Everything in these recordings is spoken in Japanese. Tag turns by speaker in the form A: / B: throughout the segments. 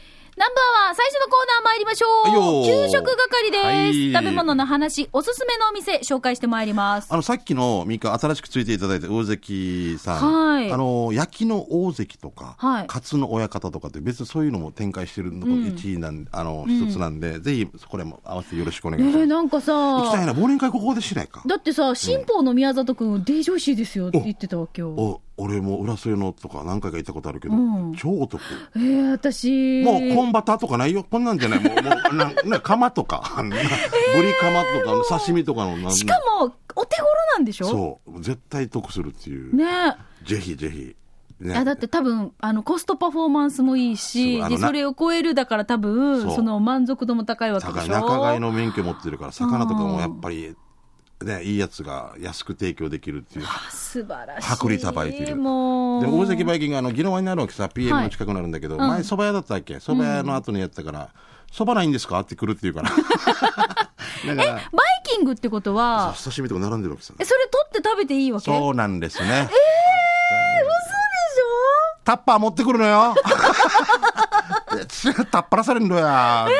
A: は、最初のコーナー参りましょう。
B: はいよー
A: 給食係です、
B: はい
A: 食べ物の話、おすすめのお店、紹介してまいります。
B: あの、さっきの、ミカ、新しくついていただいた大関さん。
A: はい
B: あの、焼きの大関とか、
A: はい
B: カツの親方とかって、別にそういうのも展開してるの
A: う
B: も
A: ん
B: 一位なん、あの、
A: ん
B: 一つなんで、ぜひ、これも合わせてよろしくお
A: え
B: 願いしま
A: ー、
B: す。
A: なんかさ、
B: 行きたいな、忘年会ここでしないか。
A: だってさ、新法の宮里くん、デージョイシーですよって言ってたわけよ。
B: お、俺も浦添のとか何回か行ったことあるけど、
A: うん
B: 超お得。
A: えー、私。
B: もう、コンバターとかないよ。こんなんじゃない。もう、もう、なんなんか、釜と か、あんなぶり釜とか、刺身とかの、なん
A: しかも、お手頃なんでしょ
B: そう。絶対得するっていう。
A: ね
B: ぜひぜひ。
A: え。
B: ね
A: いやだって多分あのコストパフォーマンスもいいし
B: そうあ
A: で
B: のな
A: それを超えるだから多分
B: そう
A: その満足度も高いわけで
B: 高い
A: しょ
B: 仲買の免許持ってるから魚とかもやっぱり、ね、いいやつが安く提供できるっていう
A: あ素晴らしい
B: 薄利多売という
A: もう
B: で大関バイキングあの宜野湾にあるわけさ PM
A: はい
B: の近くになるんだけど、
A: ん
B: 前蕎麦屋だったっけ蕎麦屋の後にやったから「蕎麦ないんですか?」って来るってい うからだから
A: バイキングってことは
B: そう刺身とか並んでるわけさ
A: えそれ取って食べていいわけ
B: そうなんですね
A: で
B: タッパー持ってくるのよ タッパらされるのや、うん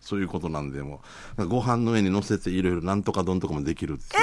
B: そういうことなんでもうご飯の上に乗せていろいろなんとか丼とかもできるっていう、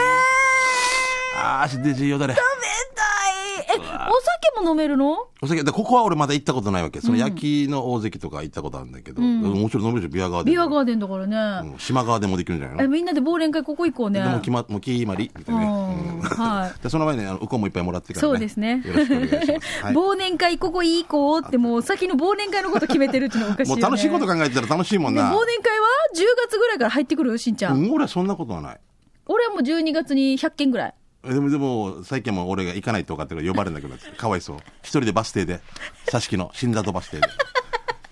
B: ああしでじいよだれ
A: しょ食べたいえお酒も飲めるの
B: お酒でここは俺まだ行ったことないわけその焼きの大関とか行ったことあるんだけど、もちろん飲めるしビアガーデン
A: ビアガーデンだからね、
B: うん島川でもできるんじゃない
A: え
B: の
A: みんなで忘年会ここ行こうね
B: でもう決まもう決まりみたいなね、
A: うん
B: うん
A: はい
B: でその前にあのウコンもいっぱいもらってから、ね、
A: そうですね
B: よろしくお願いしま す、はい、も
A: 忘年会ここ行こうってもう先の忘年会のこと決めてるっていうのがおかしいよ、
B: う
A: ね、
B: 楽しいこと考えてたら楽しいもん
A: で忘
B: な、
A: 年会は10月ぐらいから入ってくるしんちゃん、
B: うん、俺はそんなことはない
A: 俺はもう12月に100件ぐらい
B: でも、でも、最近はもう俺が行かないとかってるから呼ばれなくなって、かわいそう。一人でバス停で、挿し木の新里バス停 で。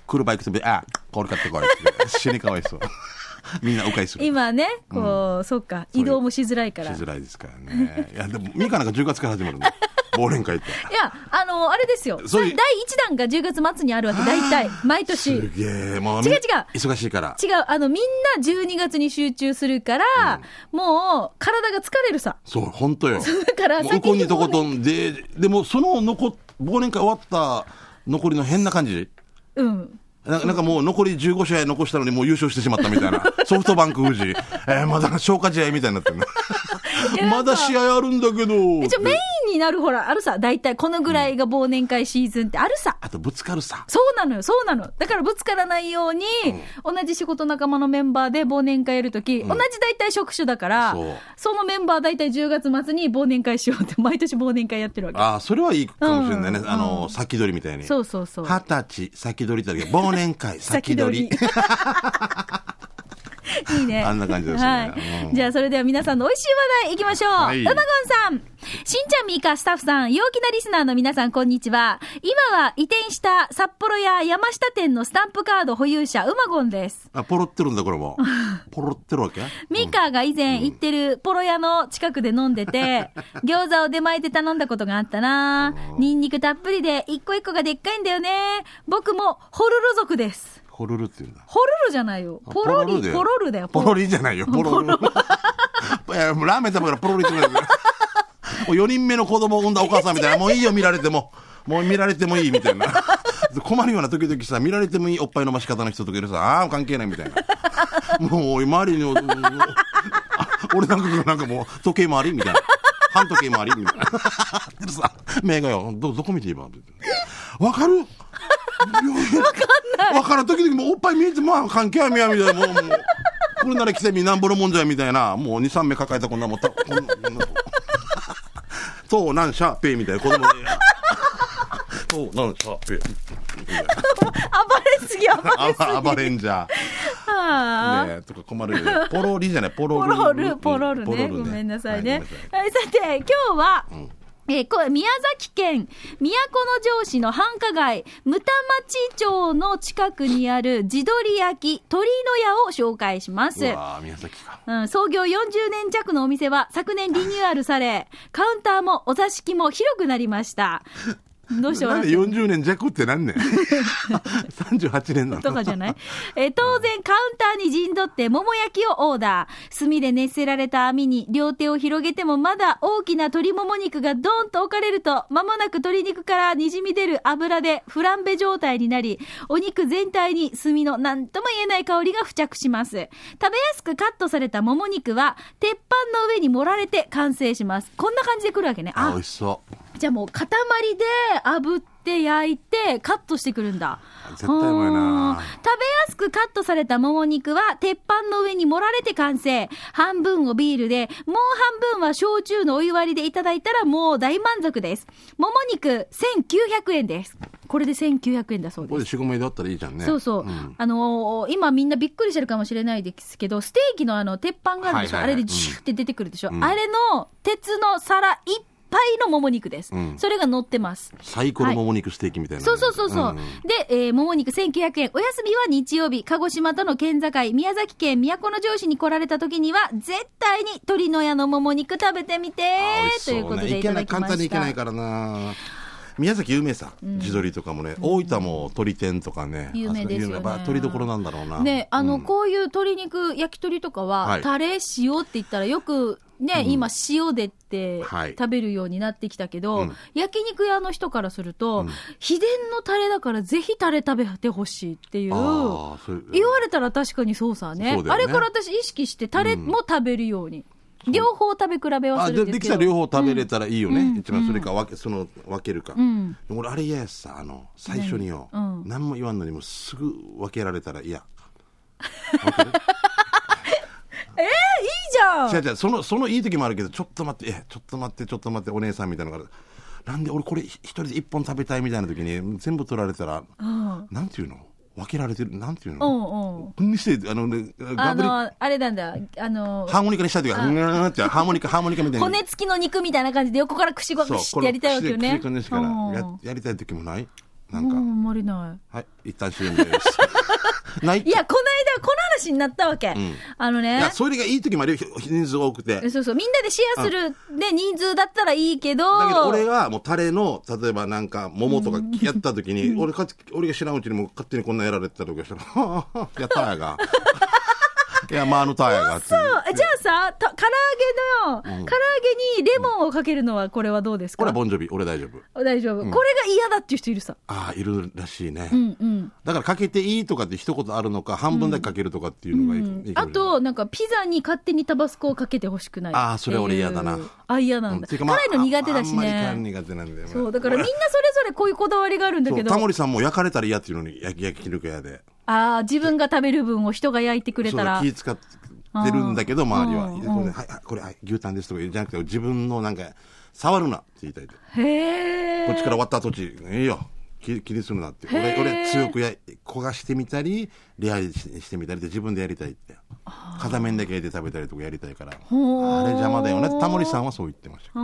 B: 来るバイクとび、あ、これ買ってこいって。死にかわいそう。みんな迂回する。
A: 今ねこう、そうか移動もしづらいか
B: し
A: らい
B: づらいですからね。いや、でも、ミカなんか10月から 始まるの。忘年会って。
A: やあのあれですよそ
B: そう
A: れ
B: い
A: 第
B: う
A: 1弾が10月末にあるわけ大体毎年
B: すげえ、もうみ。
A: 違う違う
B: 忙しいから。
A: 違う、あの、みんな12月に集中するから、もう、体が疲れるさ。
B: そう、本当よ。
A: だから、
B: もうウ
A: 先
B: コン
A: に
B: にと
A: 忘
B: こ
A: 年
B: とんで、でも、その残、忘年会終わった残りの変な感じ。
A: うん。
B: ななんかもう残り15試合残したのにもう優勝してしまったみた いな。ソフトバンク富士。えーまだ消化試合みたいになってる なまだ試合あるんだけど。
A: 一応メインになるほら、あるさ。大体、このぐらいが忘年会シーズンってあるさ。
B: あとぶつかるさ。
A: そうなのよ、そうなの。だからぶつからないように、同じ仕事仲間のメンバーで忘年会やるとき、同じ大体職種だから
B: そう、
A: そのメンバー大体10月末に忘年会しようって、毎年忘年会やってるわけ。
B: ああ、それはいいかもしれないね。
A: うん
B: あの、先取りみたいに。
A: そうそうそう。
B: 二十歳先取りってあるけど、忘 年会先
A: 先取
B: 取り
A: り。。いいね。
B: あんな感じですね
A: はい
B: うん
A: じゃあ、それでは皆さんの美味しい話題いきましょう。
B: はい
A: ドナゴンさん、しんちゃんみーかスタッフさん、陽気なリスナーの皆さん、こんにちは。今は移転した札幌や山下店のスタンプカード保有者、うまごんです。
B: あ、ポロってるんだ、これも。ポロってるわけ
A: ミカが以前行ってるポロ屋の近くで飲んでて、餃子を出前で頼んだことがあったなニンニクたっぷりで一個一個がでっかいんだよね。僕もホルロ族です。
B: ホルルっていうんだ。
A: ホルロじゃないよ。
B: あ
A: ポロリ、
B: で
A: ポロルだよ。
B: ポロリじゃないよ、ポロル。 いや、もうラーメン食べたからポロリじゃないよ。もう4人目の子供を産んだお母さ んみたいな、もういいよ、見られても。もう見られてもいいみたいな。困るような時々さ、見られてもいいおっぱいの飲まし方の人とかいるさ、ああー、関係ないみたいな。もう、周りに、あ俺なんか、なんかもう、時計回りみたいな。半時計回りみたいな。 でさ、目がよ、ど、どこ見ていいばわかるわかんない。わからん時々もうおっぱい見えて、まあ関係はみやみたいな、もう、もう、これなら来てみなんぼのもんじゃみたいな、もう2、3名抱えたこんなもんた、こんこんな。そう、なんしゃ、ペイみたいな、子供に。そう、なんしゃ、ペイ。
A: 暴れすぎ、暴れ
B: あば、暴れんじゃ。
A: はあ
B: ねえ、とか困るよね。ポロリじゃない、ポロ
A: ポ
B: ル。
A: ロル、ポロルね。ごめんなさいね。はい、さて、今日は、えーこ宮崎県都城市の繁華街、牟田町町の近くにある地鶏焼き鳥の屋を紹介します。
B: うわー宮崎か。
A: うん、創業40年弱のお店は昨年リニューアルされ、カウンターもお座敷も広くなりました。どうして
B: な
A: 笑
B: ん
A: っ
B: で
A: てんの
B: 40年弱ってなんねん。38年なの。
A: とかじゃないえー当然、カウンターに陣取って、桃焼きをオーダー。炭で熱せられた網に両手を広げてもまだ大きな鶏もも肉がドーンと置かれると、間もなく鶏肉からにじみ出る油でフランベ状態になり、お肉全体に炭の何とも言えない香りが付着します。食べやすくカットされたもも肉は、鉄板の上に盛られて完成します。こんな感じで来るわけね。
B: あ、
A: あ
B: 美味しそう。
A: じゃあもう塊で炙って焼いてカットしてくるんだ。
B: 絶対うまいな
A: うん食べやすくカットされたもも肉は鉄板の上に盛られて完成。半分をビールで、もう半分は焼酎のお湯割りでいただいたらもう大満足です。もも肉1900円です。これで1900円だそう
B: こ
A: で
B: れ
A: す。
B: で仕込みだったらいいじゃんね。
A: そうそう。
B: ん
A: あのー今みんなびっくりしてるかもしれないですけど、ステーキのあの、鉄板があるでしょ、
B: はいはいはい
A: あれでジューって出てくるでしょ、
B: ん
A: あれの鉄の皿いっぱいのもも肉です。
B: うん
A: それが乗ってます。
B: サイコロもも肉ステーキみたいな。
A: そうそうそうそう。
B: ん
A: で、えー、もも肉1900円。お休みは日曜日。鹿児島との県境、宮崎県都城市に来られた時には、絶対に鳥の屋のもも肉食べてみて
B: あ美味し
A: と
B: そ
A: いううこと
B: ね
A: でいただきました。
B: けない簡単に行けないからな宮崎有名さ、地鶏とかもね、大分も鳥天とかね
A: 有名ですよね
B: あそこ有名まあ鳥どころなんだろうな
A: ね、あの、
B: うん
A: こういう鶏肉、焼き鳥とかは、
B: はい
A: タレ、塩って言ったらよく、ね、今、塩でって
B: はい
A: 食べるようになってきたけど、
B: うん
A: 焼肉屋の人からすると、秘伝のタレだからぜひタレ食べてほしいっていう、
B: あーそういう
A: 言われたら確かにそうさね
B: そうだ
A: あ
B: よね
A: れから私意識してタレも食べるように、両方食べ比べは
B: あ
A: する
B: で
A: んです
B: でき
A: け
B: た
A: ど
B: ら両方食べれたらいいよね、
A: うん
B: 一番それか分けその分けるか、
A: ん
B: でも俺あれ嫌やしさあの最初によ、
A: 何うん
B: 何も言わんのにもうすぐ分けられたら嫌
A: いいじゃ
B: 違うん違うそのそのいい時もあるけどちょっと待ってえちょっと待ってちょっと待ってお姉さんみたいなのがなんで俺これ一人で一本食べたいみたいな時に全部取られたら、
A: うん
B: なんていうの分けられてるなんていう
A: う
B: の、
A: んうん
B: こんにしてあのね
A: あ
B: ガブリ
A: のあれなんだあの
B: ハーモニカにしたいというかうーんってハーモニカハーモニカみたいな
A: 骨付きの肉みたいな感じで横からくしごくしって
B: この
A: やりたいわけよね
B: 口で口でこんなしからや
A: うん
B: やりたい時もないな
A: うんん
B: か、
A: あんまりない
B: はい一旦 CM です ない
A: いや、この間、この話になったわけ。
B: ん
A: あの
B: い
A: ね
B: や。それがいい時もあるよひ人数多くて
A: そうそう。みんなでシェアする、で、人数だったらいいけど。
B: だけど俺はもうタレの例えばなんか桃とかやった時に俺か俺が知らんうちにもう勝手にこんなやられてた時はしたらはあは あはあ「やった やが」いや「まああのタやが」っていう
A: そうじゃあさ、と唐揚げの、唐揚げにレモンをかけるのは、これはどうです
B: 俺
A: か
B: はボンジョビ俺大丈夫
A: 大丈夫。これが嫌だっていう人いるさ。
B: ああいるらしいね、
A: うんうん。
B: だからかけていいとかって一言あるのか半分だけかけるとかっていうのがいい,、いいか
A: あ
B: もしれない
A: と、なんか、ピザに勝手にタバスコをかけてほしくないっていう。
B: あーそれ俺嫌だな
A: あ、嫌な
B: うんん
A: だ。
B: てい
A: 辛
B: うかまあ
A: いの苦手だし
B: ああんま
A: ね。
B: り辛いの苦手なんだよね
A: そう、だからみんなそれぞれこういうこだわりがあるんだ
B: そ
A: け
B: う
A: ど
B: タ、モリさんも焼かれたら嫌っていうのに焼き焼き肉屋で
A: ああ、自分が食べる分を人が焼いてくれたら
B: そう。気使ってるんだけど
A: うん
B: 周りは
A: う
B: こ
A: ん
B: れ、はいはい、これはい牛タンですとか言うじゃなくて自分のなんか触るなって言いたいで
A: へえ。
B: こっちから割った土地いいよ気気にするなって
A: へ
B: 俺
A: ー
B: 俺強くや焦がしてみたりレアにしてみたりで自分でやりたいって片面だけ焼いて食べたりとかやりたいから
A: ほー
B: あれ邪魔だよねってタモリさんはそう言ってました
A: うー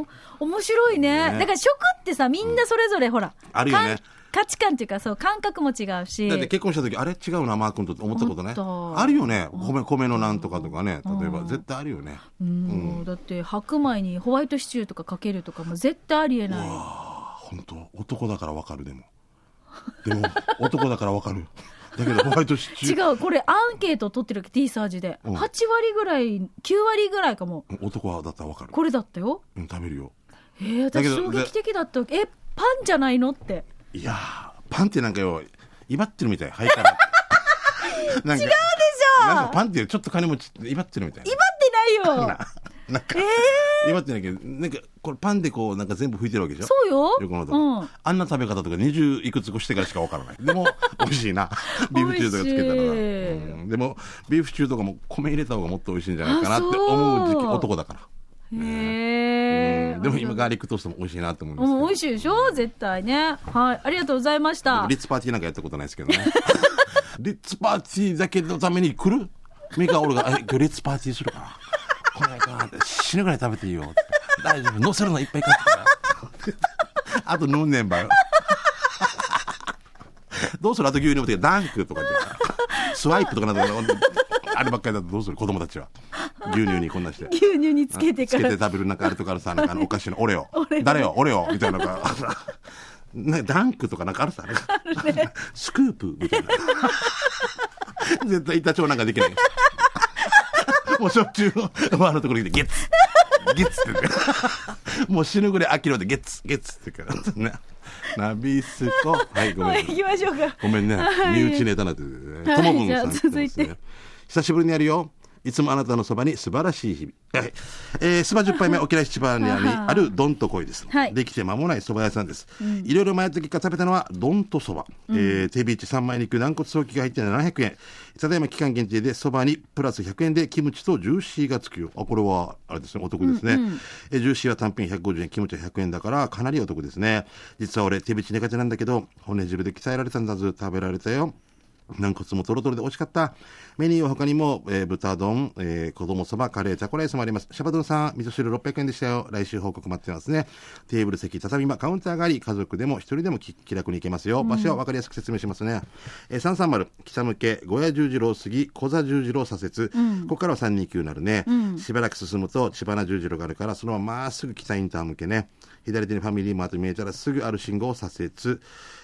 A: ん面白いね
B: ね
A: だから食ってさみんなそれぞれほら、
B: あるよね
A: か価値観っていうかそう感覚も違うし
B: だって結婚した時あれ違うなマー君とって思ったことね
A: 思った
B: あるよね米米のなんとかとかね例えば絶対あるよね
A: うんだって白米にホワイトシチューとかかけるとかも絶対ありえない
B: 本当男だからわかるでもでも男だからわかるだけどホワイトシチ
A: 違
B: ュー
A: うこれアンケート取ってるわけ T サージで、
B: うん
A: 8割ぐらい9割ぐらいかも
B: 男はだったらわかる
A: これだったよ
B: うん食べるよ
A: えー、
B: だ
A: 私
B: けど
A: 衝撃的だったわけえパンじゃないのって
B: いやーパンってなんかよ威張ってるみたいはい からなんか違うでし
A: ょ
B: なんかパンってちょっと金持ちって威張ってるみたいな
A: 威張ってないよ
B: なんか、威張ってないけどなんかこれパンでこうなんか全部拭いてるわけでしょ
A: そうよ
B: 横のとこ、
A: うん
B: あんな食べ方とか20いくつ越してからしかわからない でも美味しいなビーフシチューとかつけたらな
A: 美味しい
B: うんでもビーフシチューとかも米入れた方がもっと美味しいんじゃないかなって思う時期
A: あそう
B: 男だから、
A: へえ
B: うんでも今ガーリックトーストも美味しいなと思いますけ
A: うん、
B: ど
A: 美味しいでしょ絶対ね。はい。ありがとうございました。
B: リッツパーティーなんかやったことないですけどねリッツパーティーだけのために来るミカ俺がえ「今日リッツパーティーするから来ないかな」って死ぬぐらい食べていいよって大丈夫乗せるのいっぱい買ってからあと飲んねんばよどうするあと牛乳もてダンクとかってスワイプとかなんかあればっかりだとどうする子供たちは牛乳にこんなんして。
A: 牛乳につけて
B: つ
A: か
B: けて
A: ら。
B: 食べるなんかあれとかあるさ、なんかあのお菓 子のオレオ
A: オレ。オ
B: 誰よ、オレオみたいなのが。 ね、ダンクとかなんかあるさ、 なんかスクープみたいな。 絶対板長なんかできない。 もうしょっちゅう、バーのところに来て、ゲッツゲッツって言って。もう 死ぬぐらい諦めて、ゲッツゲッツって言うから。ねナビスコ。はい、ご
A: は
B: め
A: い、
B: ん
A: 行。きましょうか。
B: ごめん ね、
A: はい
B: 身内ネタなんてね、
A: はい
B: ともぶんさん、
A: じゃあ続いて。
B: 久しぶりにやるよ。いつもあなたのそばに素晴らしい日々。はい。えー、スバ10杯目、沖縄七番にあるどんとこいです。
A: はい
B: できて間もない蕎麦屋さんです。いろいろ前時から食べたのは、どんと蕎麦。えー、手ビーチ三枚肉、軟骨早期が入って700円。ただいま期間限定で蕎麦にプラス100円でキムチとジューシーがつくよ。あ、これは、あれですね、お得ですね。えージューシーは単品150円、キムチは100円だから、かなりお得ですね。実は俺、手ビーチ苦手なんだけど、骨汁で鍛えられたんだず、食べられたよ。軟骨もトロトロで美味しかった。メニューは他にも、えー豚丼、えー子供そば、カレー、チャコライスもあります。シャバドゥンさん、味噌汁600円でしたよ。来週報告待ってますね。テーブル席、畳間、カウンターがあり、家族でも一人でもき気楽に行けますよ。場所は分かりやすく説明しますね。えー、330、北向け、小屋十字路を過ぎ、小座十字路を左折。ここからは329になるね。しばらく進むと、千葉な十字路があるから、そのまままっすぐ北インター向けね。左手にファミリーマート見えたらすぐある信号を左折、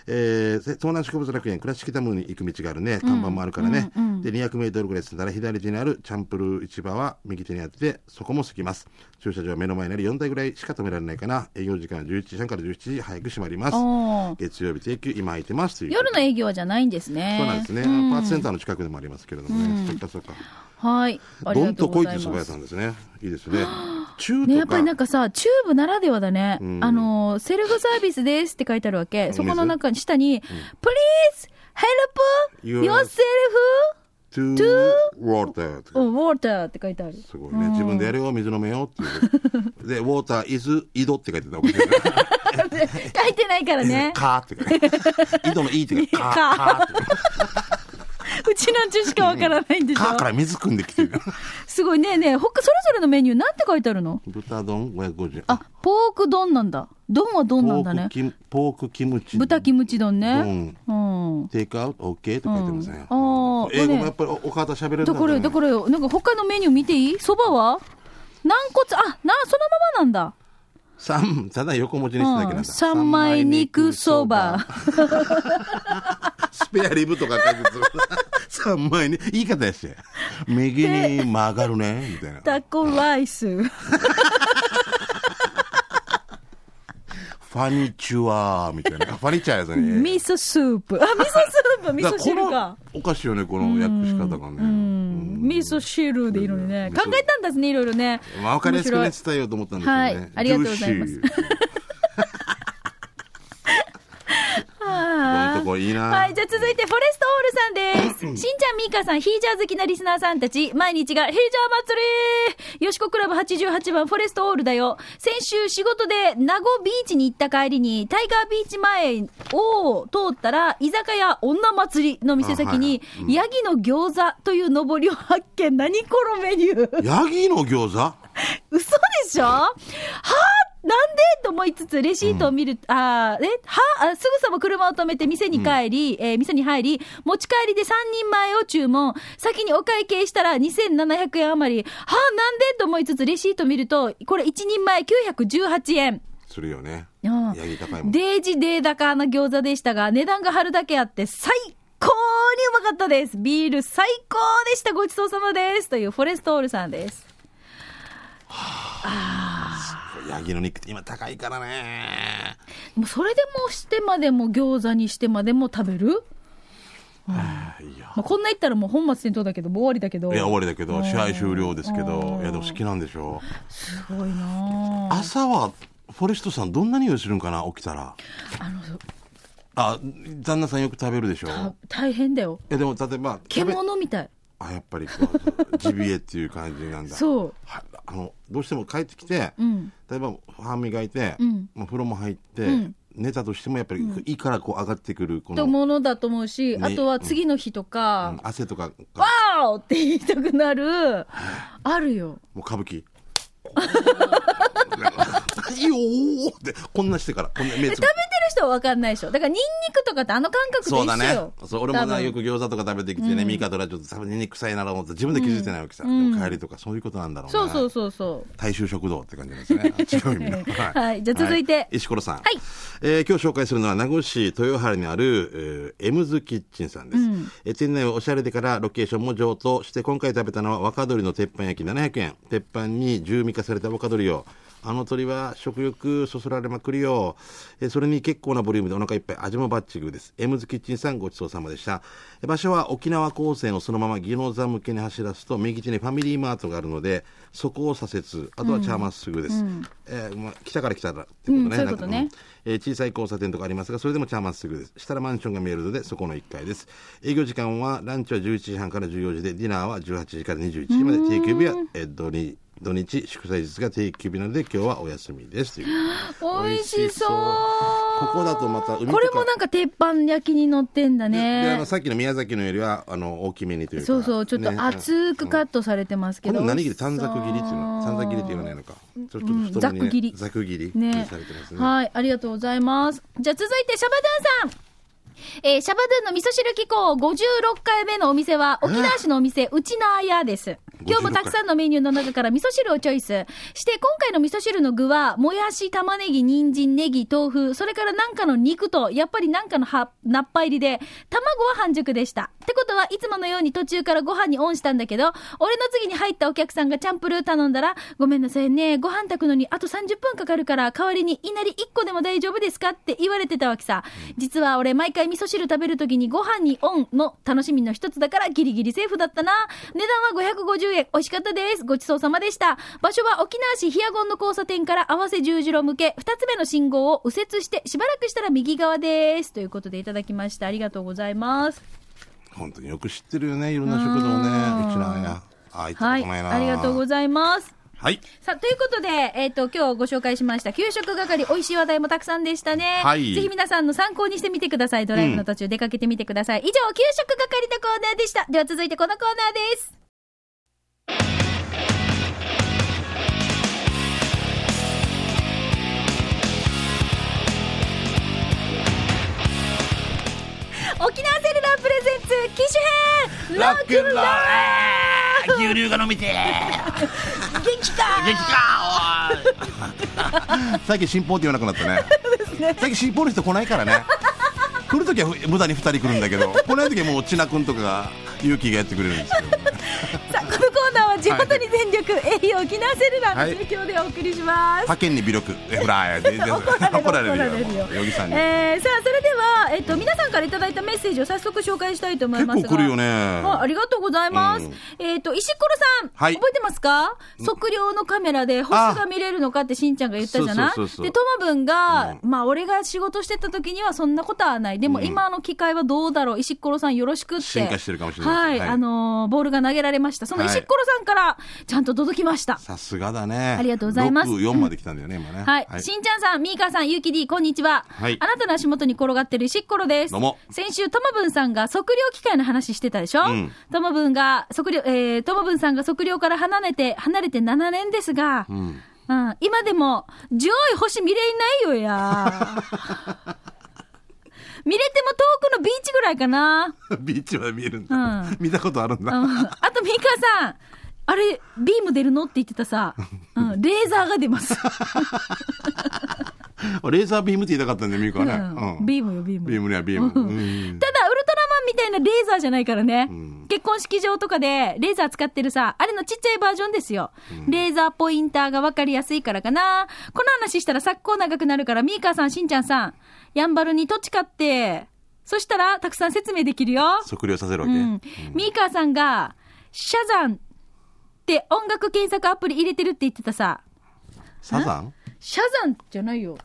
B: えー、で東南植物楽園倉敷ダムに行く道があるね看板もあるからね、で200メートルぐらい進んだら左手にあるチャンプルー市場は右手にあってそこも過ぎます駐車場は目の前にあり4台ぐらいしか止められないかな営業時間は11時半から17時早く閉まります
A: おー
B: 月曜日定休今空いてますという
A: 夜の営業じゃないんですね。
B: そうなんですね、
A: ん
B: パーツセンターの近くでもありますけれどもね、そっかそっか
A: はい。あり
B: ど
A: が
B: ん
A: と
B: と
A: うご
B: こい
A: ざ
B: と
A: い
B: いう蕎麦
A: ま
B: 屋
A: す。
B: さんですねいいですね中とか、
A: ね、やっぱりなんかさ、チューブならではだね。
B: ん
A: あの、セルフサービスですって書いてあるわけ。そこの中に、下に、Please help
B: Your-
A: yourself
B: トゥーウォーターとか
A: water って書いてある。
B: すごいね。自分でやれよ、水飲めよっ ていう。で、ウォーター、イズ、井戸って書いてた。おかしい
A: 書いてないから ね。
B: カーって書いてた。井戸のイって書いてた。カー、カーって
A: うちなんちゅうしかわからないんでしょ
B: カ。ーから水汲んできてる。
A: すごいねえねえ、ほかそれぞれのメニューなんて書いてあるの
B: 豚丼550円。
A: あ、ポーク丼なんだ。丼は
B: ポ
A: 丼なんだ
B: ー
A: ね
B: ク。キム、ポークキムチ。
A: 豚キムチ丼ね。うん。
B: テイクアウト、オッケーって書いてますね。
A: うんあー
B: 英語もやっぱりおお方喋れるん
A: だからよ、だからよ、なんか他のメニュー見ていいそばは軟骨、あ、な、そのままなんだ。
B: 三、ただ横文字にしてだけなんだ。
A: 三枚肉そば。
B: スペアリブとか書いてる。三枚に、言い方やして。右に曲がるね、みたいな。
A: タコライス。
B: ファニチュアーみた いな。ファニチュアーやつね。
A: 味噌スープ。あ、味噌スー プ、味噌汁か。
B: おかしいよね、この訳し方がね。
A: うん味噌汁でいいのにね。
B: 味噌
A: 考えたんですね、いろいろね。
B: まあ、わかりやすくね
A: 面、
B: 伝えようと思ったんですけどね。
A: はいありがとうございます
B: ジューシー。どんとこいいな。
A: はい、じゃあ続いて、フォレストオールさんです。しんちゃん、みーかさん、ヒージャー好きなリスナーさんたち、毎日がヒージャー祭りよしこクラブ88番、フォレストオールだよ。先週、仕事で、名護ビーチに行った帰りに、タイガービーチ前を通ったら、居酒屋女祭りの店先に、ヤギの餃子という上りを発見。何このメニュー
B: ヤギの餃子
A: 嘘でしょはあなんでと思いつつ、レシートを見る、あーえはあすぐさま車を止めて店に帰り、えー店に入り、持ち帰りで3人前を注文。先にお会計したら2700円余り。はあなんでと思いつつ、レシート見ると、これ1人前918円。
B: するよね。
A: あ
B: ヤギ高いもん。
A: デージデー高な餃子でしたが、値段が張るだけあって最高にうまかったです。ビール最高でした。ごちそうさまです。というフォレストオールさんです。
B: ヤギの肉って今高いからね。
A: もうそれでもしてまでも餃子にしてまでも食べる、
B: いや。
A: まあ、こんな言ったらもう本末転倒だけど、もう終わりだけど。
B: いや、終わりだけど、試合終了ですけど
A: う、ん
B: いや、でも好きなんでしょう。
A: すごいなあ
B: 朝は、フォレストさんどんな匂いするんかな、起きたら。
A: あの、
B: あ、旦那さんよく食べるでしょ
A: た大変だよ。
B: えでも例えば食べ
A: 獣みたい。
B: あやっぱりこうジビエっていう感じなんだ
A: そう。
B: はあのどうしても帰ってきて、
A: うん。
B: 例えば歯磨いて、
A: うん
B: もう風呂も入って、
A: ん
B: 寝たとしてもやっぱり胃からこう上がってくることの、うん
A: ものだと思うし、
B: ね
A: あとは次の日とか、
B: 汗とか
A: わ
B: が
A: ーおって言いたくなる、あるよ。
B: もう歌舞伎。 いいよーってこんなしてからこんな目つ
A: 食
B: ぶ
A: べてる人は分かんないでしょ。だから、ニンニクとかってあの感覚と一緒
B: そ
A: よ。
B: うだね。そう、俺も
A: 多
B: な、
A: 分
B: よく餃子とか食べてきてね、ミカとラジオって食べにくさいなと思って、自分で気づいてないわけさ。でも帰りとか、そういうことなんだろうな。
A: そうそうそうそう。
B: 大衆食堂って感じで すね。違う意味の。
A: はいじゃあ続いて。
B: 石ころさん。はいえー今日紹介するのは、名護市豊原にある、えーエムズキッチンさんです。えー店内はおしゃれでから、ロケーションも上等して、今回食べたのは若鶏の鉄板焼き700円。鉄板に重味化された若鶏を。あの鳥は食欲そそられまくりよ。えーそれに結構なボリュームでお腹いっぱい味もバッチグーです。エムズキッチンさんごちそうさまでした。えー場所は沖縄高専をそのまま技能座向けに走らすと右手にファミリーマートがあるので、そこを左折、あとはチャーマッスぐです。えーまあ、北から来たらってことね。
A: うんそういうことね
B: なんかえー小さい交差点とかありますが、それでもチャーマッスぐです。下らマンションが見えるので、そこの1階です。営業時間はランチは11時半から14時で、ディナーは18時から21時まで、定休日は、えー土日、土日、祝祭日が定休日なので、今日はお休みです。という
A: 美味しそう。
B: ここだとまた海とか
A: これもなんか鉄板焼きに乗ってんだ
B: であ
A: ね
B: の。さっきの宮崎のよりはあの大きめにというか
A: そうそう、ちょっと
B: ね
A: 厚くカットされてますけ
B: これ
A: ど。
B: 何切り短冊切りっていうの短冊切りって言わないのかちょっと太めにね
A: ざく切り
B: ざく切りに
A: ね
B: されてますね
A: はい、ありがとうございます。じゃあ続いて、シャバドゥンさん。えーシャバドゥンの味噌汁機構56回目のお店は、沖縄市のお店、うちなあやです。今日もたくさんのメニューの中から味噌汁をチョイス。して、今回の味噌汁の具は、もやし、玉ねぎ、人参、ネギ、豆腐、それからなんかの肉と、やっぱりなんかの葉、ナッパ入りで、卵は半熟でした。ってことはいつものように途中からご飯にオンしたんだけど、俺の次に入ったお客さんがチャンプルー頼んだら、ごめんなさいね、ご飯炊くのにあと30分かかるから、代わりにいなり1個でも大丈夫ですかって言われてたわけさ。実は俺、毎回味噌汁食べるときにご飯にオンの楽しみの一つだからギリギリセーフだったな。値段は550円。美味しかったです。ごちそうさまでした。場所は沖縄市ヒアゴンの交差点から合わせ十字路向け、2つ目の信号を右折して、しばらくしたら右側です。ということでいただきました。ありがとうございます。
B: 本当によく知ってるよねいろんな食堂ねうちのやあいつ
A: はい。
B: こないな
A: ありがとうございます。
B: はい
A: さあ、ということで、えっ、と、今日ご紹介しました、給食係、美味しい話題もたくさんでしたね。
B: はい
A: ぜひ皆さんの参考にしてみてください。ドライブの途中出かけてみてください。以上、給食係のコーナーでした。では続いてこのコーナーです。沖縄セルラープレゼンツ、機種編
B: ラックンロール
C: 牛乳が飲みてえ
A: 元気か
C: 激かおい
B: 最近新報って言わなくなったね最近新報の人来ないからね来るときは無駄に2人来るんだけど来ないときはもう千奈君とかが勇気がやってくれるんですけど
A: さあこのコーナーは地元に全力、栄養沖縄セルラーの提供でお送りします。
B: 派遣に微力えほらでで怒られるよよぎさんに
A: えーさあそれでは、えっと、皆さんからいただいたメッセージを早速紹介したいと思い
B: 結
A: ますが
B: 構来るよね
A: あありがとうございます、
B: うん
A: えっと石ころさん、
B: はい
A: 覚えてますか測量のカメラで星が見れるのかってしんちゃんが言ったじゃない
B: そうそうそうそう
A: でともぶんが、まあ俺が仕事してた時にはそんなことはないでも今の機会はどうだろう石ころさんよろしくって
B: 進化してるかもしれない
A: はい、
B: はい
A: あのーボールが投げられましたその石ころさんからちゃんと届きました、
B: さすがだね
A: ありがとうございます
B: 64まで来たんだよね今ね
A: はい。しんちゃんさん、みーかーさん、ゆうき D、こんにちは。
B: はい
A: あなたの足元に転がってる石っころです。
B: どうも
A: 先週、ともぶんさんが測量機会の話してたでしょ
B: ん
A: ともぶんが、測量、えー、ともぶんさんが測量から離れて、離れて7年ですが、うん。今でも、上位星見れないよ や。見れても遠くのビーチぐらいかな。
B: ビーチは見えるんだ、
A: うん
B: 見たことあるんだ、
A: うんあと、ミカさん、あれ、ビーム出るのって言ってたさ、うん、レーザーが出 ます。
B: レーザービームって言いたかったんでミカはね、
A: うん
B: うん
A: ビームよ、ビーム。
B: ビームにはビーム、うん
A: ただ、ウルトラマンみたいなレーザーじゃないからね。結婚式場とかで、レーザー使ってるさ、あれのちっちゃいバージョンですよ。レーザーポインターが分かりやすいからかな。この話したら、昨今長くなるから、ミーカーさん、しんちゃんさん、やんばるに土地買って、そしたら、たくさん説明できるよ。
B: 測量させるわ
A: う
B: け、
A: ん。ミーカーさんが、シャザンって音楽検索アプリ入れてるって言ってたさ、
B: サザン
A: シャザンじゃないよ。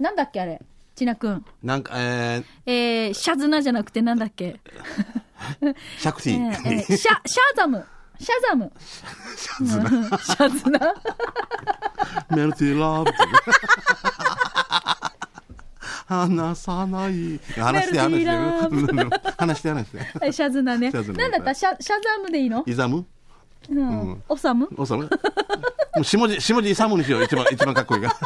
A: なんだっけ、あれ。ちなくん。
B: なんかえー、
A: えー、シャズナじゃなくてなんだっけ。
B: シャクティ、
A: ええええシャ、シャザム。シャザ ム。シャズナ。シャズナ。
B: メルティーラブ離さない話して話
A: メ
B: し
A: ルティラ
B: て話して話して
A: はいシャズナね。
B: シャズ
A: な
B: ナ
A: んだったシャ、シャザムでいいの
B: イザム
A: うん。オサム
B: おさむもう下地下地イサムにしよう一番一番かっこいいか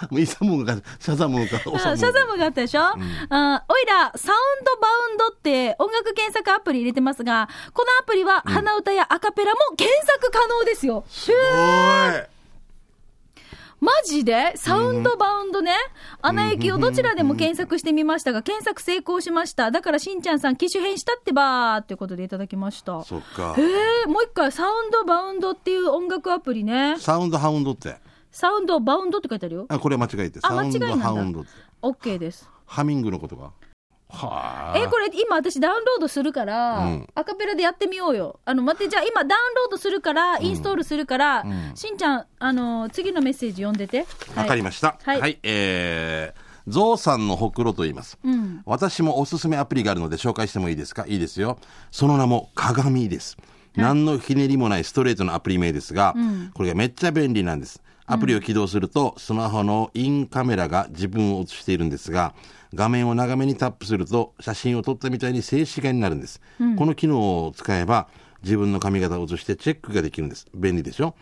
B: らもうイサムーか、シャザムーか、
A: う
B: オ
A: んシ
B: サムー
A: ャ
B: か
A: ザムがあったでしょ、うん、おいら、サウンドバウンドって音楽検索アプリ入れてますが、このアプリは鼻歌やアカペラも検索可能ですよ。へー
B: おい
A: マジでサウンドバウンドね。アナ雪をどちらでも検索してみましたが、検索成功しました。だからしんちゃんさん、機種変したってばーってことでいただきました。
B: そっか
A: へ。え、もう一回、サウンドバウンドっていう音楽アプリね。
B: サウンドハウンドって。
A: サウンドバウンドって書いてあるよ。
B: あ、これ間違えて。
A: あ
B: サウンド
A: 間違いなんだ
B: ハウンドって。
A: OK です。
B: ハミングのことか。はあ。
A: え、これ今私ダウンロードするから、
B: うん
A: アカペラでやってみようよ。あの、待って、じゃあ今ダウンロードするから、インストールするから、
B: ん
A: しんちゃん、あのー次のメッセージ読んでて。
B: わかりました。
A: は
B: はいい。えー、ゾウさんのほくろと言います。
A: ん
B: 私もおすすめアプリがあるので紹介してもいいですかいいですよ。その名も鏡です。何のひねりもないストレートのアプリ名ですが、これがめっちゃ便利なんです。アプリを起動すると、スマホのインカメラが自分を映しているんですが、画面を長めにタップすると、写真を撮ったみたいに静止画になるんです。この機能を使えば、自分の髪型を映してチェックができるんです便利でしょ、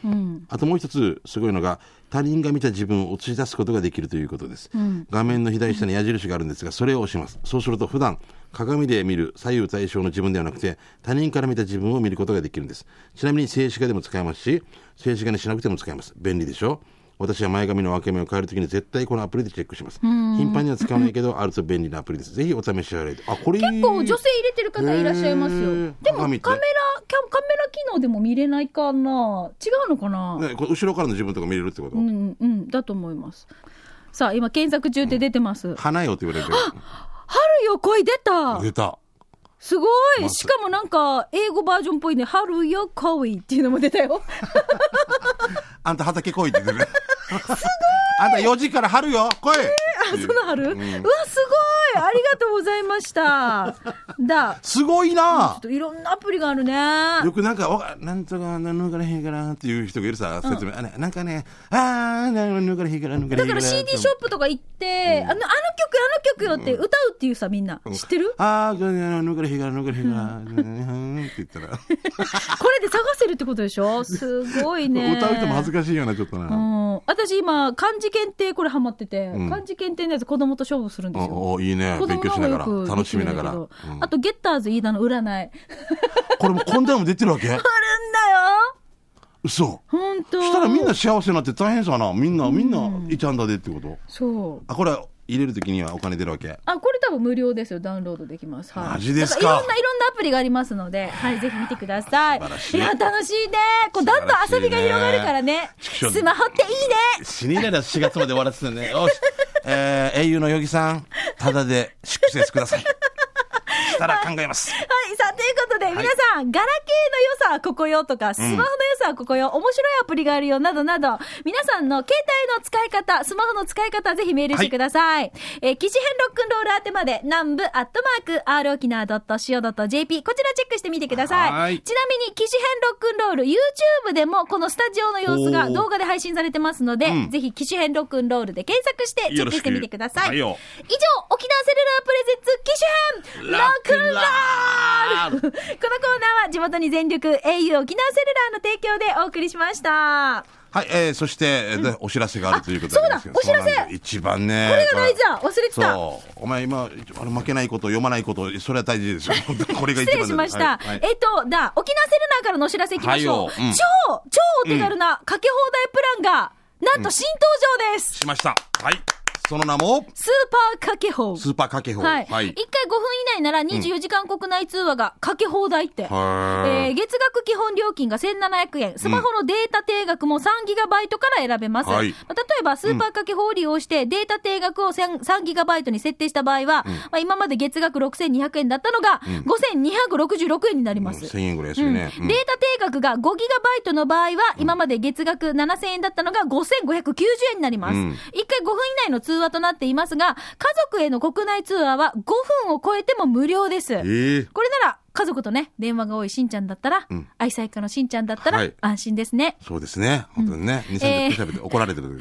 B: あともう一つすごいのが他人が見た自分を映し出すことができるということです、画面の左下に矢印があるんですがそれを押しますそうすると普段鏡で見る左右対称の自分ではなくて他人から見た自分を見ることができるんですちなみに静止画でも使えますし静止画にしなくても使えます便利でしょ私は前髪の分け目を変えるときに絶対このアプリでチェックします頻繁には使わないけどあると便利なアプリですぜひお試しあれあこれ
A: 結構女性入れてる方いらっしゃいます
B: へ
A: よ
B: ー。
A: でもカメ
B: 鏡っ
A: ラ、
B: て
A: カメラ機能でも見れないかな違うのかな、
B: ねこれ後ろからの自分とか見れるってこと、
A: うん、うん、だと思います。さあ、今検索中って出てます。
B: 花よって言われてる
A: 春よ恋出た
B: 出た
A: すごい
B: まず
A: しかもなんか、英語バージョンっぽいね。春よ恋っていうのも出た よ。
B: あんた畑来いって言ってるあんた4時から春よ来い、
A: その春、うわ、すごいありがとうございました。だ、
B: すご
A: ち
B: い
A: ょっ
B: な
A: といろんなアプリがあるね
B: よ。くなんかわかなんとかなんぬからへんからっていう人がいるさ説明、あねなんかねあーなんぬからへんからぬからへ
A: だか
B: んから
A: ら CD ショップとか行って、あの、あの曲、あの曲よって歌うっていうさ、みんな。知ってる
B: あーぬからへんからぬからへんからうんって言ったら、
A: これで探せるってことでしょすごいね。
B: 歌う人も恥ず
A: か
B: かしいよなちょっと
A: う
B: な、
A: ん、私今、漢字検定これハマってて、
B: ん
A: 漢字検定のやつ子供と勝負するんですよ。
B: おおいいね
A: 子
B: 勉
A: 供
B: 強
A: の方
B: しな
A: が
B: が
A: よ
B: ら
A: く
B: 楽しみながら、
A: で
B: うん
A: きるんだけどあと、ゲッターズ飯田の占い。あるんだよ
B: これもこんなのも出てるわけ嘘
A: ほんと。
B: したらみんな幸せになって大変さなみんなみんないちゃんだでってこと、
A: そう。
B: あこれは入れるときにはお金出るわけ
A: あ、これ多分無料ですよ。ダウンロードできます。はい。
B: マジですか
A: だらいろんな、いろんなアプリがありますので、はい、ぜひ見てください。
B: 素晴らしい
A: や、楽しいね。こう、どんどん遊びが広がるからね。
B: 素晴らしいね
A: スマホっていいね。
B: 死になりゃ4月まで終わらせてね。よし。えー、英雄のヨギさん、ただで祝節ください。したら考えます。
A: はい、さあ、ということで、皆さん、ガラケーの良さはここよとか、スマホの良さはここよ、面白いアプリがあるよ、などなど、皆さんの携帯の使い方、スマホの使い方、ぜひメールしてください。えー、機種編ロックンロール宛てまで、南部アットマーク、r 沖縄 .co.jp、こちらチェックしてみてくだ
B: は
A: さ
B: ー
A: い。
B: い
A: ちなみに、機種編ロックンロール、YouTube でも、このスタジオの様子が
B: おー
A: 動画で配信されてますので、
B: うん
A: ぜひ、機種編ロックンロールで検索して、チェックしてみてください。以
B: よ
A: 上
B: ろし、
A: 沖縄セルラープレゼンツ、機種編ロックンロールこのコーナーは地元に全力 au 沖縄セルラーの提供でお送りしました。
B: はい、えー、そして、えーでお知らせがあるということ
A: あ
B: で
A: そうだ
B: なんですけど
A: お知らせ
B: そうなんです一番ね。
A: これが大事だ忘れてた
B: そう。お前今、あの負けないこと、読まないこと、それは大 事ですよ。本当これが一
A: 失礼
B: 番大
A: し
B: 事
A: ました。
B: はいはい
A: えっと、だ、沖縄セルラーからのお知らせいきましょう。
B: はいようん
A: 超、超お手軽なかけ放題プランが、なんと新登場です、
B: しました。はい。その名も、
A: スーパーかけ放。
B: スーパーかけ法。
A: はい。一、回5分以内なら24時間国内通話がかけ放題って。
B: は
A: えー月額基本料金が1700円、スマホのデータ定額も3ギガバイトから選べます。
B: はい
A: まあ例えば、スーパーかけ放を利用して、データ定額を1000 3ギガバイトに設定した場合は、まあ、今まで月額6200円だったのが、5266円になります。
B: 1000円ぐらい安いね。
A: データ定額が5ギガバイトの場合は、今まで月額7000円だったのが5590円になります。
B: うん
A: 1回5分以内の通話となっていますが、家族への国内通話は5分を超えても無料です。
B: えー
A: これなら、家家族とね、電話が多いしんちゃんだったら、愛妻家のしんちゃんだったら
B: はい、
A: 安心ですね。
B: そうですね。本当にね。2 0 0 0喋って怒られてる。
A: ガラ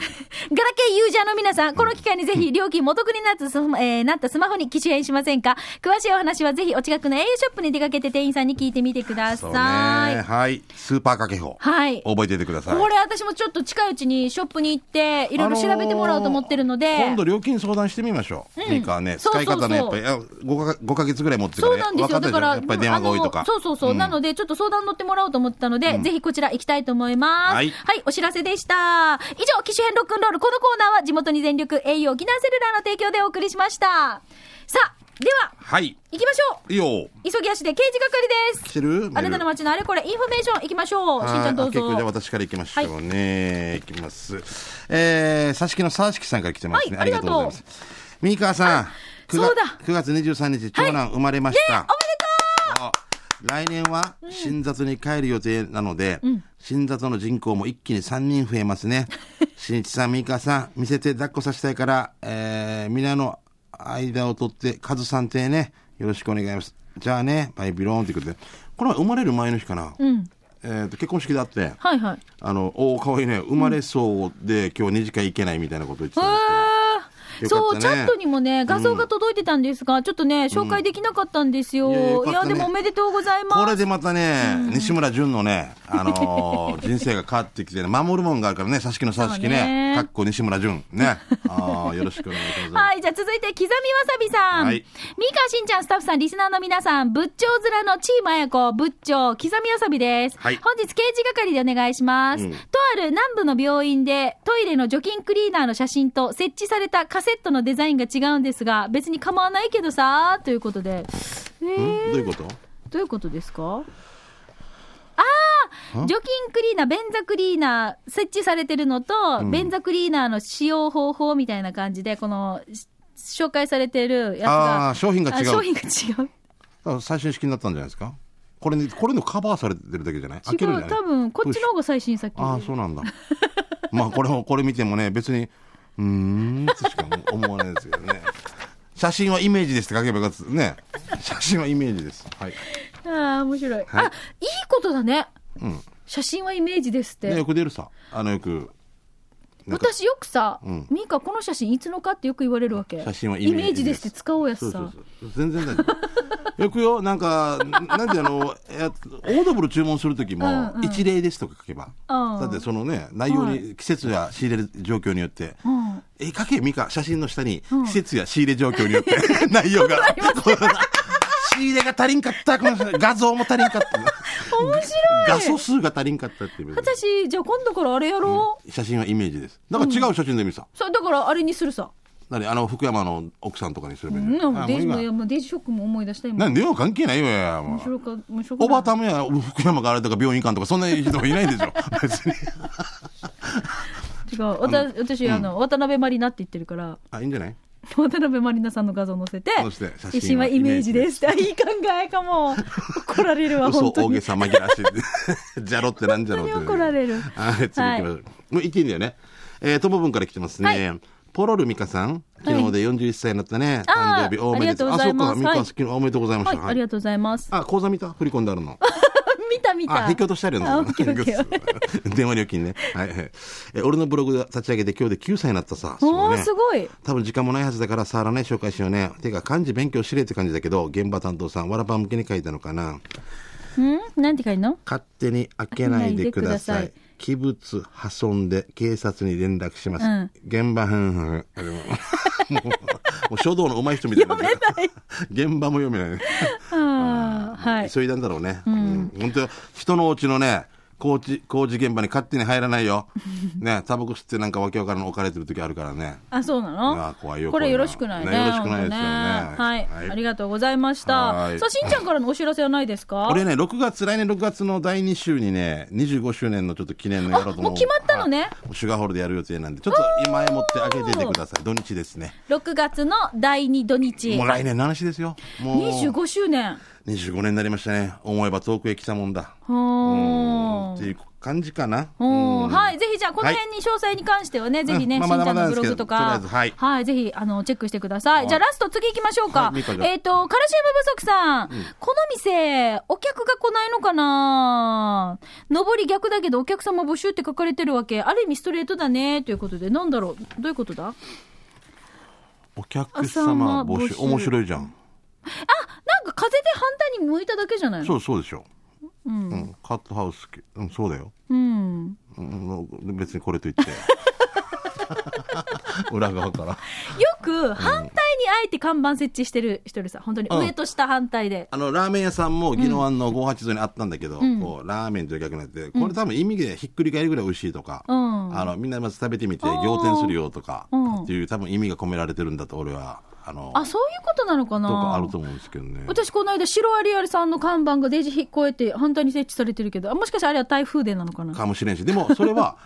A: ケーユージャーの皆さん、この機会にぜひ料金元手になったスマ,、えーなったスマホに機種変しませんか詳しいお話はぜひお近くの au ショップに出かけて店員さんに聞いてみてくだ
B: そ
A: さ
B: う
A: い。
B: ね。はい。スーパーかけ法。
A: はい。
B: 覚えていてください。
A: これ私もちょっと近いうちにショップに行って、いろいろ調べてもらおうと思ってるので。
B: 今度料金相談してみましょう。メーカーね、
A: そうそ
B: 使
A: う
B: い
A: そう
B: 方ね、やっぱりあ5か5ヶ月ぐらい持ってか
A: そう
B: ら、
A: なんですよ。
B: 分か
A: だか
B: ったでしょ
A: ら、
B: やっぱり電話が多いと
A: あ
B: か
A: の。そうそうそう。なので、ちょっと相談乗ってもらおうと思ったので、ぜひこちら行きたいと思います。は
B: はいい。
A: お知らせでした。以上、機種変ロックンロール。このコーナーは地元に全力、au 沖縄セルラーの提供でお送りしました。さあ、では、
B: はい。
A: 行きましょ
B: いいよ。
A: う。急ぎ足で刑事係で
B: 来
A: す。
B: てる
A: あなたの街のあれこれ、インフォメーション行きましょう。しんちゃんどう
B: 結構じゃあ
A: ぞ。
B: 私からいきましょうね。い、きます。えー、佐敷の佐敷さんから来てますね。
A: はい
B: ありがとうございます。ミ川さん、9
A: そうだ
B: 月月23日、長男生まれました。来年は新雑に帰る予定なので、新雑の人口も一気に3人増えますね。新一さん、三川さん、見せて抱っこさせたいから、えー、皆の間を取って、カズさん邸ね、よろしくお願いします。じゃあね、バイビローンってことで、これは生まれる前の日かな。えーと、結婚式だって、
A: はいはい。
B: あの、おお、かわいいね、生まれそうで、今日2次会行けないみたいなこと言ってたんですけど
A: へー
B: よかった
A: そう、
B: ね
A: チャットにもね、画像が届いてたんですが、ちょっとね、紹介できなかったんですよ。
B: いやよ
A: い
B: かっ
A: や、
B: たね
A: でもおめでとうございます。
B: これでまたね、西村淳の ね、あのー人生が変わってきてね、守るもんがあるからね、佐々木の佐々木
A: そうね
B: ね、かっこ西村淳 ね。ああ、よろしくお願いします。
A: はい、じゃあ続いて、刻みわさびさん。
B: はい
A: ミカしんちゃん、スタッフさん、リスナーの皆さん、仏頂面のチームあやこ、仏頂、刻みわさびです。
B: はい
A: 本日、刑事係でお願いします、とある南部の病院で、トイレの除菌クリーナーの写真と設置されたカセットのデザインが違うんですが、別に構わないけどさ、ということで。え
B: ん
A: ー、
B: どういうこと
A: どういうことですかああ除菌クリーナー、便座クリーナー、設置されてるのと、便座クリーナーの使用方法みたいな感じで、この、し紹介されてるやつが。
B: ああ、商品が違
A: あ
B: う。
A: 商品が違う。
B: 多分最新式になったんじゃないですかこれね、これのカバーされてるだけじゃない開け
A: 違
B: るんじ
A: う。
B: ゃない
A: 多分、こっちの方が最新作。
B: ああ、そうなんだ。 まあ、これも、これ見てもね、別に、うーん、としか思わないですけどね。写真はイメージですって書けばよかったですね。写真はイメージです。はい。
A: ああ、面白い,、
B: はい
A: あ、いいことだね。
B: うん。
A: 写真はイメージですって。
B: ねよく出るさ。あの、よく。なんか
A: 私よくさ、
B: ん
A: ミカこの写真いつのかってよく言われるわけ。
B: 写真は
A: イメージですって使おうやつさ。
B: そうそうそう全然大丈夫 よくよなんかなんてあのやオードブル注文する時も
A: うんうん
B: 一例ですとか書けば、
A: うん
B: だってそのね内容
A: は
B: に季節や仕入れる状況によって、
A: ん
B: え書けみか写真の下に
A: うん
B: 季節や仕入れ状況によって 内容が仕入れが足りんかったこの画像も足りんかった
A: 面白い
B: 画素数が足りんかったっていう
A: 私、じゃあ今度からあれやろう。
B: 写真はイメージですだから違う写真で見るさ、
A: そうだからあれにするさ。
B: 何あの福山の奥さんとかにすればいいじゃ
A: うん、
B: んあ
A: デイジ
B: も
A: も
B: う
A: い
B: 今
A: やもうデイジショックも思い出した今。
B: なんでよ関係ないよ やもう
A: 面白か面白か
B: おばたもや福山があれとか病院館とかそんな人いないでしょ別に
A: 違う。わた私あの、渡辺まりなって言ってるから。
B: あいいんじゃない
A: 渡辺まりなさんの画像載せて
B: そして写真は
A: 写真はイメージです」っていい考えか も怒られるわ
B: 嘘
A: 本当
B: 大
A: に
B: げさ紛らわしい じゃろってなんじゃろって
A: 本当に怒られる
B: はい次行きましょう、もう言っていいんだよねえー、ともぶんから来てますね、ポロルミカさん昨日で41歳になったね、
A: あー
B: 誕生日お
A: あ
B: めでとう
A: りがとうございます
B: あそうかミ
A: は
B: カ
A: い
B: さん昨日おめでとうございまし
A: は
B: た、
A: いありがとうございます
B: あ口座見た振り込んであるの
A: 見た見
B: あ、
A: た
B: 引き落としてある
A: あオ
B: の
A: ッケーオッ ケー
B: 電話料金ね。はいはい。え、俺のブログ立ち上げて今日で9歳になったさ。
A: お
B: そう
A: ー
B: ね
A: すごい
B: 多分時間もないはずだから触らない紹介しようね。てか漢字勉強しれって感じだけど、現場担当さん、わらば向けに書いたのかな。
A: んなんて書いてんの
B: 勝手に開けないでくださ
A: 開け
B: い。
A: ないでください
B: 器物破損で警察に連絡します。
A: うん
B: 現場、ふんふん。あれももう、も う書道の上手い人みたいな。
A: 読
B: 現場も読めないね。
A: あーはい
B: 急いだんだろうね。うん。本当よ人のお家のね、工事、工事現場に勝手に入らないよ。ね、タバコ吸ってなんかわけわからんの置かれてる時あるからね。
A: あ、そうなの
B: あ怖いよ
A: これ
B: 怖い
A: よ
B: な
A: ろしくないね。
B: ねよろしくないですよね
A: 本当はい、
B: はい
A: ありがとうございまし
B: は
A: た。
B: い
A: さあ、しんちゃんからのお知らせはないですか
B: 俺ね、6月、来年6月の第2週にね、25周年のちょっと記念のやろうと思
A: あ
B: う。
A: もう決まったのね
B: はいシュガーホールでやる予定なんで、ちょっと今へ持ってあげててください。土日ですね。
A: 6月の第2土日
B: もう。来年の話ですよ。もう。
A: 25周年。
B: 25年になりましたね。思えば遠くへ来たもんだ。
A: ほ
B: っ
A: ー
B: ていう感じかな。
A: お
B: う
A: ー
B: ん
A: はい、ぜひじゃあ、この辺に詳細に関してはね、ぜひね、
B: うん
A: し
B: ま
A: ん
B: あ
A: ちゃ
B: まだ
A: んの
B: まだなん
A: ブ
B: で
A: ログ
B: すけ
A: と
B: どとりあ
A: か
B: えず、はい
A: ぜひ、あの、チェックしてくださ。
B: はいい
A: じゃあ、ラスト、次行きましょうか
B: はいミカ。が
A: えっと、からしめ不足さん、この店、お客が来ないのかな上り逆だけど、お客様募集って書かれてるわけ。ある意味、ストレートだね、ということで、なんだろう、どういうことだ
B: お客様募集。
A: 朝は募集
B: 面白いじゃん。
A: なんか、風で反対に向いただけじゃないの
B: そうそうでしょ。うん。カットハウス系、うん、そうだよ。
A: うん。
B: うん、別にこれと 言って。裏側から。
A: よく、反対にあえて看板設置してる人いるさ、本当に、
B: うん
A: 上と下反対で。
B: あの、ラーメン屋さんも、宜野湾の580にあったんだけど、こう、ラーメンという逆になって、これ多分意味でひっくり返るぐらい美味しいとか、
A: うん
B: あの、みんなまず食べてみて、
A: あー
B: 仰天するよとか
A: うん、
B: っていう多分意味が込められてるんだと、俺は、あの、
A: あ、そういうことなのかな
B: とかあると思うんですけどね。
A: 私、この間、シロアリアルさんの看板がデジ引っ越えて、反対に設置されてるけど、あもしかしてあれは台風でなのかな
B: かもしれんし、でもそれは、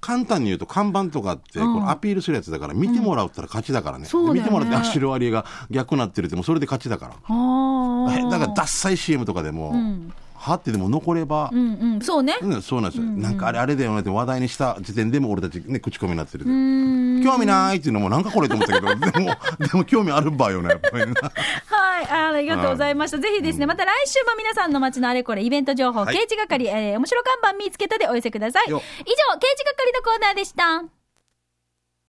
B: 簡単に言うと看板とかって、こ
A: うん
B: のアピールするやつだから、見てもらったら勝ちだからね。
A: そうだよね
B: 見てもらって、あ、シロアリが逆なってるって、もうそれで勝ちだから。
A: ああ。
B: だから、ダッサい CM とかでも、
A: ん
B: はってでも残れば
A: う、んうん、そうね。
B: うん、そうなんですよ。なんかあれあれだよねって話題にした時点でも俺たちね、口コミになってる。
A: うん。
B: 興味ないっていうのもなんかこれと思ったけど、でも、でも興味ある場合よね、やっぱりな。
A: はい、ありがとうございました。ぜひですね、また来週も皆さんの街のあれこれ、イベント情報、
B: はい
A: 刑事係、えー面白看板見つけたでお寄せください。以上、
B: よ
A: 刑事係のコーナーでした。